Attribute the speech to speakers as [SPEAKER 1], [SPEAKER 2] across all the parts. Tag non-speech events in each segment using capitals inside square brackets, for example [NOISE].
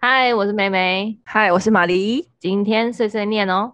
[SPEAKER 1] 嗨，我是梅梅，
[SPEAKER 2] 嗨，我是玛丽。
[SPEAKER 1] 今天碎碎念哦。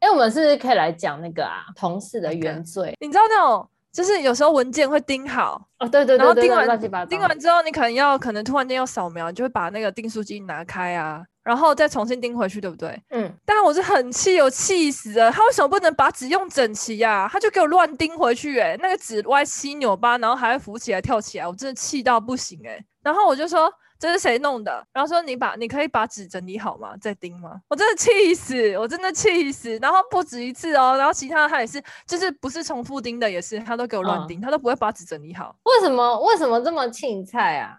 [SPEAKER 1] 哎、我们是不是可以来讲那个啊，同事的原罪
[SPEAKER 2] 你知道那种，就是有时候文件会盯好，
[SPEAKER 1] 哦，对对
[SPEAKER 2] 然
[SPEAKER 1] 对
[SPEAKER 2] 后
[SPEAKER 1] 对
[SPEAKER 2] 听
[SPEAKER 1] 对，
[SPEAKER 2] 完
[SPEAKER 1] 乱七八糟，
[SPEAKER 2] 盯完之后你可能要，可能突然间要扫描，你就会把那个订书机拿开啊，然后再重新钉回去，对不对？
[SPEAKER 1] 嗯，
[SPEAKER 2] 但我是很气，我气死了！他为什么不能把纸用整齐呀、他就给我乱钉回去、欸，那个纸歪七扭八，然后还会浮起来跳起来，我真的气到不行、欸，然后我就说这是谁弄的？然后说你把你可以把纸整理好吗？再钉吗？我真的气死，我真的气死！然后不止一次哦，然后其他的他也是，就是不是重复钉的也是，他都给我乱
[SPEAKER 1] 嗯
[SPEAKER 2] 钉，他都不会把纸整理好。
[SPEAKER 1] 为什么为什么这么青菜啊？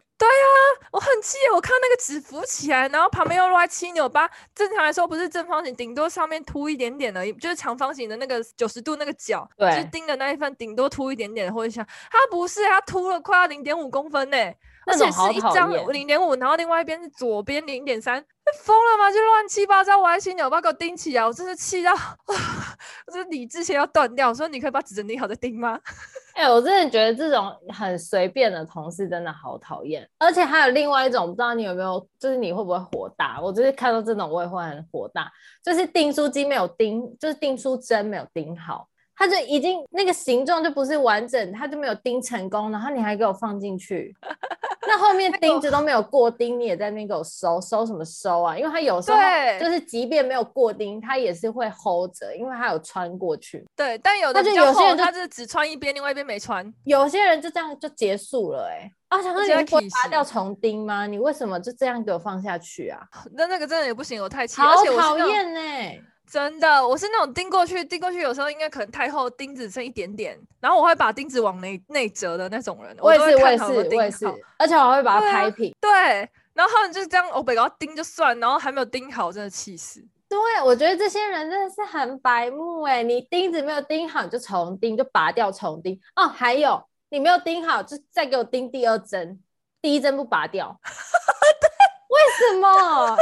[SPEAKER 2] 我很气，我看那个纸浮起来，然后旁边又歪七扭八。正常来说不是正方形，顶多上面凸一点点而已，就是长方形的那个九十度那个角，
[SPEAKER 1] 对
[SPEAKER 2] 就是钉的那一份顶多凸一点点或者像它不是，它凸了快要零点五公分呢、
[SPEAKER 1] 那
[SPEAKER 2] 而且
[SPEAKER 1] 种好
[SPEAKER 2] 是一
[SPEAKER 1] 讨
[SPEAKER 2] 张
[SPEAKER 1] 厌
[SPEAKER 2] 零点五，然后另外一边是左边零点三，疯了吗？就乱七八糟歪七扭八给我钉起来，我真是气到， [LAUGHS] 我这理智线要断掉。我说你可以把纸整理好再钉吗？ [LAUGHS]
[SPEAKER 1] 哎、我真的觉得这种很随便的同事真的好讨厌，而且还有另外一种，不知道你有没有，就是你会不会火大？我就是看到这种我也会很火大，就是订书机没有订，就是订书针没有订好，它就已经那个形状就不是完整，它就没有钉成功，然后你还给我放进去，那后面钉子都没有过钉，你也在那边给我收收什么收啊？因为它有时候
[SPEAKER 2] 对
[SPEAKER 1] 就是即便没有过钉，它也是会 hold 着，因为它有穿过去。
[SPEAKER 2] 对，但有的
[SPEAKER 1] 但是
[SPEAKER 2] 比较
[SPEAKER 1] 有些
[SPEAKER 2] 厚，
[SPEAKER 1] 人就
[SPEAKER 2] 它是只穿一边，另外一边没穿。
[SPEAKER 1] 有些人就这样就结束了、欸，哎，啊，想说
[SPEAKER 2] 我
[SPEAKER 1] 你
[SPEAKER 2] 觉得
[SPEAKER 1] 不会
[SPEAKER 2] 体
[SPEAKER 1] 拔
[SPEAKER 2] 是
[SPEAKER 1] 掉重钉吗？你为什么就这样给我放下去啊？
[SPEAKER 2] 那那个真的也不行，我太气，
[SPEAKER 1] 好
[SPEAKER 2] 而且我是
[SPEAKER 1] 讨
[SPEAKER 2] 那种
[SPEAKER 1] 厌哎！
[SPEAKER 2] 真的，我是那种钉过去，钉过去有时候应该可能太厚，钉子剩一点点，然后我会把钉子往内内折的那种人，
[SPEAKER 1] 我也
[SPEAKER 2] 都会
[SPEAKER 1] 是，我
[SPEAKER 2] 看
[SPEAKER 1] 也是
[SPEAKER 2] 好多，钉
[SPEAKER 1] 我也
[SPEAKER 2] 好
[SPEAKER 1] 是，而且我还会把它
[SPEAKER 2] 对啊
[SPEAKER 1] 拍平。
[SPEAKER 2] 对，然后他们就是这样，我被搞钉就算，然后还没有钉好，真的气死。
[SPEAKER 1] 对，啊我觉得这些人真的是很白目哎！你钉子没有钉好，你就重钉，就拔掉重钉。哦，还有你没有钉好，就再给我钉第二针，第一针不拔掉。
[SPEAKER 2] [LAUGHS]
[SPEAKER 1] 为什么？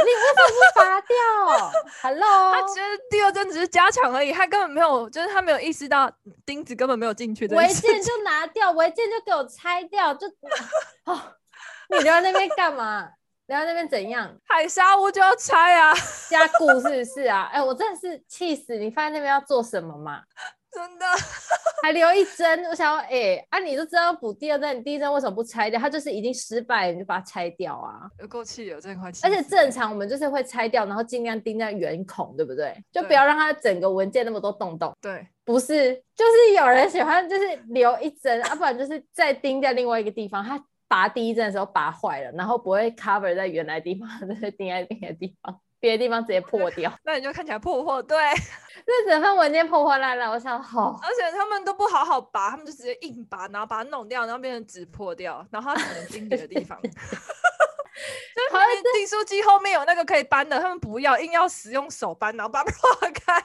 [SPEAKER 1] 你为什么不拔掉
[SPEAKER 2] [LAUGHS]
[SPEAKER 1] ？Hello，
[SPEAKER 2] 他觉得第二针只是加强而已，他根本没有，就是他没有意识到钉子根本没有进去这
[SPEAKER 1] 违
[SPEAKER 2] 件事
[SPEAKER 1] 建就拿掉，违建就给我拆掉，就哦，你留在那边干嘛？留在那边怎样？
[SPEAKER 2] 海沙屋就要拆啊， [LAUGHS]
[SPEAKER 1] 加固是不是啊？哎、我真的是气死！你放在那边要做什么嘛？
[SPEAKER 2] 真的。
[SPEAKER 1] 还留一针，我想要哎、啊，你就知道补第二针，你第一针为什么不拆掉？它就是已经失败，你就把它拆掉啊！
[SPEAKER 2] 有够气哦了，真的快气死
[SPEAKER 1] 而
[SPEAKER 2] 了。
[SPEAKER 1] 且正常我们就是会拆掉，然后尽量钉在圆孔，对不对？就不
[SPEAKER 2] 对
[SPEAKER 1] 要让它整个文件那么多洞洞。
[SPEAKER 2] 对，
[SPEAKER 1] 不是，就是有人喜欢就是留一针，啊要、不然就是再钉在另外一个地方。他拔第一针的时候拔坏了，然后不会 cover 在原来地方， [LAUGHS] 就是钉在别的地方，别的地方直接破掉。 [LAUGHS]
[SPEAKER 2] 那你就看起来破破，对，
[SPEAKER 1] 这整份文件破破烂烂，我想好、 [LAUGHS]
[SPEAKER 2] 而且他们都不好好拔，他们就直接硬拔，然后把它弄掉，然后变成纸破掉，然后它只能钉别的地方。 [LAUGHS] 就是
[SPEAKER 1] 好像
[SPEAKER 2] 明明订书机后面有那个可以搬的，他们不要，硬要使用手搬，然后把它 [LAUGHS] 破开。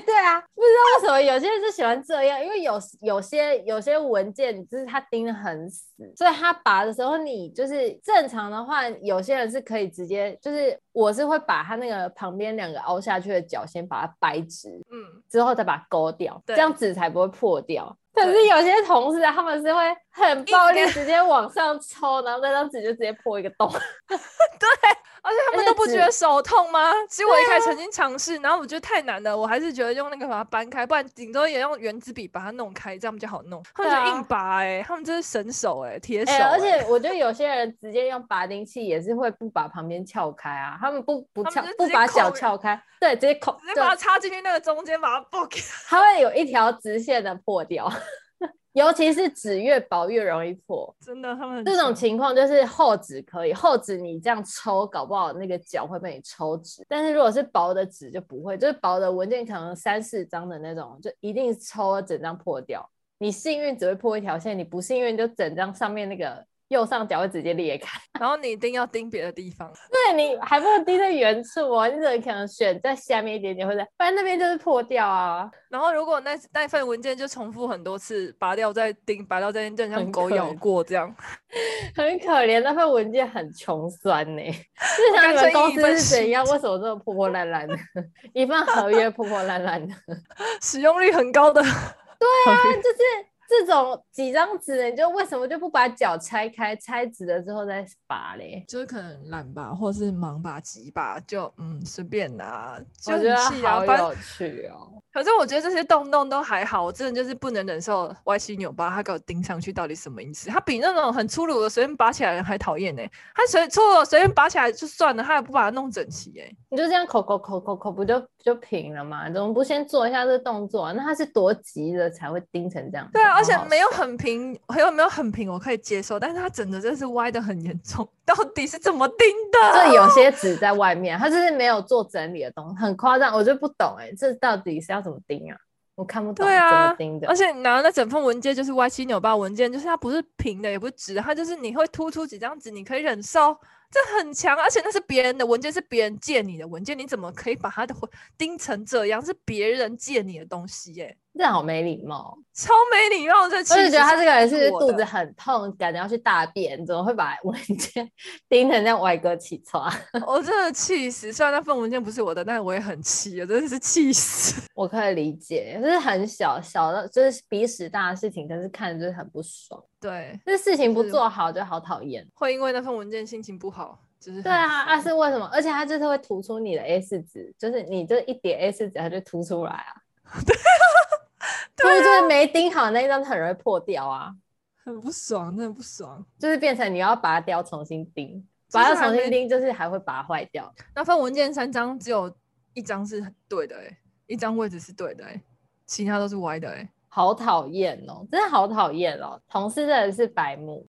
[SPEAKER 1] 对啊，不知道为什么有些人就喜欢这样，因为有有些有些文件就是它钉得很死，所以它拔的时候你就是正常的话，有些人是可以直接，就是我是会把它那个旁边两个凹下去的角先把它掰直，
[SPEAKER 2] 嗯，
[SPEAKER 1] 之后再把它勾掉，
[SPEAKER 2] 对
[SPEAKER 1] 这样纸才不会破掉。可
[SPEAKER 2] 对
[SPEAKER 1] 是有些同事啊，他们是会很暴力
[SPEAKER 2] 硬，
[SPEAKER 1] 直接往上抽，然后那张纸就直接破一个洞。
[SPEAKER 2] 而且他
[SPEAKER 1] 而且
[SPEAKER 2] 们
[SPEAKER 1] 啊
[SPEAKER 2] 都不
[SPEAKER 1] 纸
[SPEAKER 2] 觉得手痛吗？其实我一开始曾经尝试，然后我觉得太难了，我还是觉得用那个把它搬开，不然顶多也用圆珠笔把它弄开，这样比较好弄。他们
[SPEAKER 1] 对啊
[SPEAKER 2] 就硬拔、欸，他们真是神手、欸，哎，铁手、
[SPEAKER 1] 哎、
[SPEAKER 2] 欸
[SPEAKER 1] 而且我觉得有些人直接用拔钉器也是会不把旁边撬开啊，他们不不撬
[SPEAKER 2] 他们就直
[SPEAKER 1] 不
[SPEAKER 2] 接
[SPEAKER 1] 把
[SPEAKER 2] 扣
[SPEAKER 1] 角
[SPEAKER 2] 人
[SPEAKER 1] 撬开，对，直接扣，
[SPEAKER 2] 直接
[SPEAKER 1] 对
[SPEAKER 2] 把它插进去那个中间，把它 [LAUGHS] 破开。
[SPEAKER 1] 它会有一条直线的破掉， [LAUGHS] 尤其是纸越薄越容易破。
[SPEAKER 2] 真的，他们很
[SPEAKER 1] 这种
[SPEAKER 2] 凶
[SPEAKER 1] 情况就是厚纸可以，厚纸你这样抽，搞不好那个角会被你抽纸。但是如果是薄的纸就不会，就是薄的文件可能三四张的那种，就一定抽了整张破掉。你幸运只会破一条线，你不幸运就整张上面那个右上角会直接裂开。
[SPEAKER 2] 然后你一定要盯别的地方。
[SPEAKER 1] 对你还不如盯在原处哦，你怎么可能选在下面一点点，或者反正那边就是破掉啊。
[SPEAKER 2] 然后如果那那份文件就重复很多次，拔掉再钉，拔掉再钉，就很
[SPEAKER 1] 很
[SPEAKER 2] 像狗
[SPEAKER 1] 可
[SPEAKER 2] 咬
[SPEAKER 1] 怜
[SPEAKER 2] 过这样。 [LAUGHS]
[SPEAKER 1] 很可怜，那份文件很穷酸呢、 [LAUGHS] 就想
[SPEAKER 2] 干
[SPEAKER 1] 你们
[SPEAKER 2] 脆
[SPEAKER 1] 公
[SPEAKER 2] 印一份
[SPEAKER 1] 司是怎
[SPEAKER 2] 新
[SPEAKER 1] 样，为什么这么 [LAUGHS] 破破烂烂的？一份合约破破烂烂的，
[SPEAKER 2] 使用率很高的
[SPEAKER 1] 对啊，就是 [LAUGHS] 这种几张纸，你就为什么就不把脚拆开，拆直了之后再拔嘞？
[SPEAKER 2] 就是可能懒吧，或是忙吧、急吧，就嗯随便拿，就
[SPEAKER 1] 我觉得
[SPEAKER 2] 很气啊。
[SPEAKER 1] 好
[SPEAKER 2] 反正
[SPEAKER 1] 有趣哦。
[SPEAKER 2] 可是我觉得这些洞洞都还好，我真的就是不能忍受歪七扭八，它给我钉上去到底什么意思？它比那种很粗鲁的随便拔起来的人还讨厌呢。它随粗鲁的随便拔起来就算了，它也不把它弄整齐哎、
[SPEAKER 1] 你就这样口口口口口不就就平了吗？怎么不先做一下这动作、啊？那他是多急了才会盯成这样？
[SPEAKER 2] 对啊，
[SPEAKER 1] 好
[SPEAKER 2] 而且
[SPEAKER 1] 好
[SPEAKER 2] 没有
[SPEAKER 1] 笑
[SPEAKER 2] 很平，还有没有很平，我可以接受，但是它整的真是歪的很严重，到底是怎么钉
[SPEAKER 1] [LAUGHS]
[SPEAKER 2] 的？
[SPEAKER 1] 就有些纸在外面，它就是没有做整理的东西，很夸张，我就不懂哎、这到底是要怎么钉啊？我看不懂
[SPEAKER 2] 对
[SPEAKER 1] 怎
[SPEAKER 2] 啊
[SPEAKER 1] 么钉的，
[SPEAKER 2] 而且你拿那整份文件就是歪七扭八文件，就是它不是平的，也不是直的，它就是你会突出几张纸，你可以忍受，这很强。而且那是别人的文件，是别人借你的文件，你怎么可以把它的钉成这样？是别人借你的东西耶、
[SPEAKER 1] 这好没礼貌。
[SPEAKER 2] 超没礼貌！这我
[SPEAKER 1] 我就觉得他这个人是不是
[SPEAKER 2] 我
[SPEAKER 1] 肚
[SPEAKER 2] 的
[SPEAKER 1] 子很痛，感觉要去大便，怎么会把文件 [LAUGHS] 钉成这样歪哥起床？
[SPEAKER 2] 我真的气死。虽然那份文件不是我的，但我也很气，我真的是气死。
[SPEAKER 1] [LAUGHS]
[SPEAKER 2] [LAUGHS]
[SPEAKER 1] 我可以理解，就是很小小的，就是鼻屎大的事情，但是看着就是很不爽。
[SPEAKER 2] 对，
[SPEAKER 1] 这事情不
[SPEAKER 2] 是
[SPEAKER 1] 做好就好讨厌。
[SPEAKER 2] 会因为那份文件心情不好，就是
[SPEAKER 1] 对
[SPEAKER 2] 很
[SPEAKER 1] 啊，
[SPEAKER 2] 烦
[SPEAKER 1] 那、是为什么？而且它就是会吐出你的 A 四纸，就是你这一叠 A 四纸，它就凸出来
[SPEAKER 2] [LAUGHS]
[SPEAKER 1] 啊。对啊，就是没钉好那一张，很容易破掉啊，
[SPEAKER 2] 很不爽，真的不爽。
[SPEAKER 1] 就是变成你要把它雕重新钉，
[SPEAKER 2] 就
[SPEAKER 1] 把
[SPEAKER 2] 是
[SPEAKER 1] 它
[SPEAKER 2] 还
[SPEAKER 1] 重新
[SPEAKER 2] 没
[SPEAKER 1] 钉，就是还会把它坏掉。
[SPEAKER 2] 那份文件三张只有一张是对的、欸，一张位置是对的、欸，其他都是歪的、欸，
[SPEAKER 1] 好讨厌哦，真的好讨厌哦！同事真的是白目。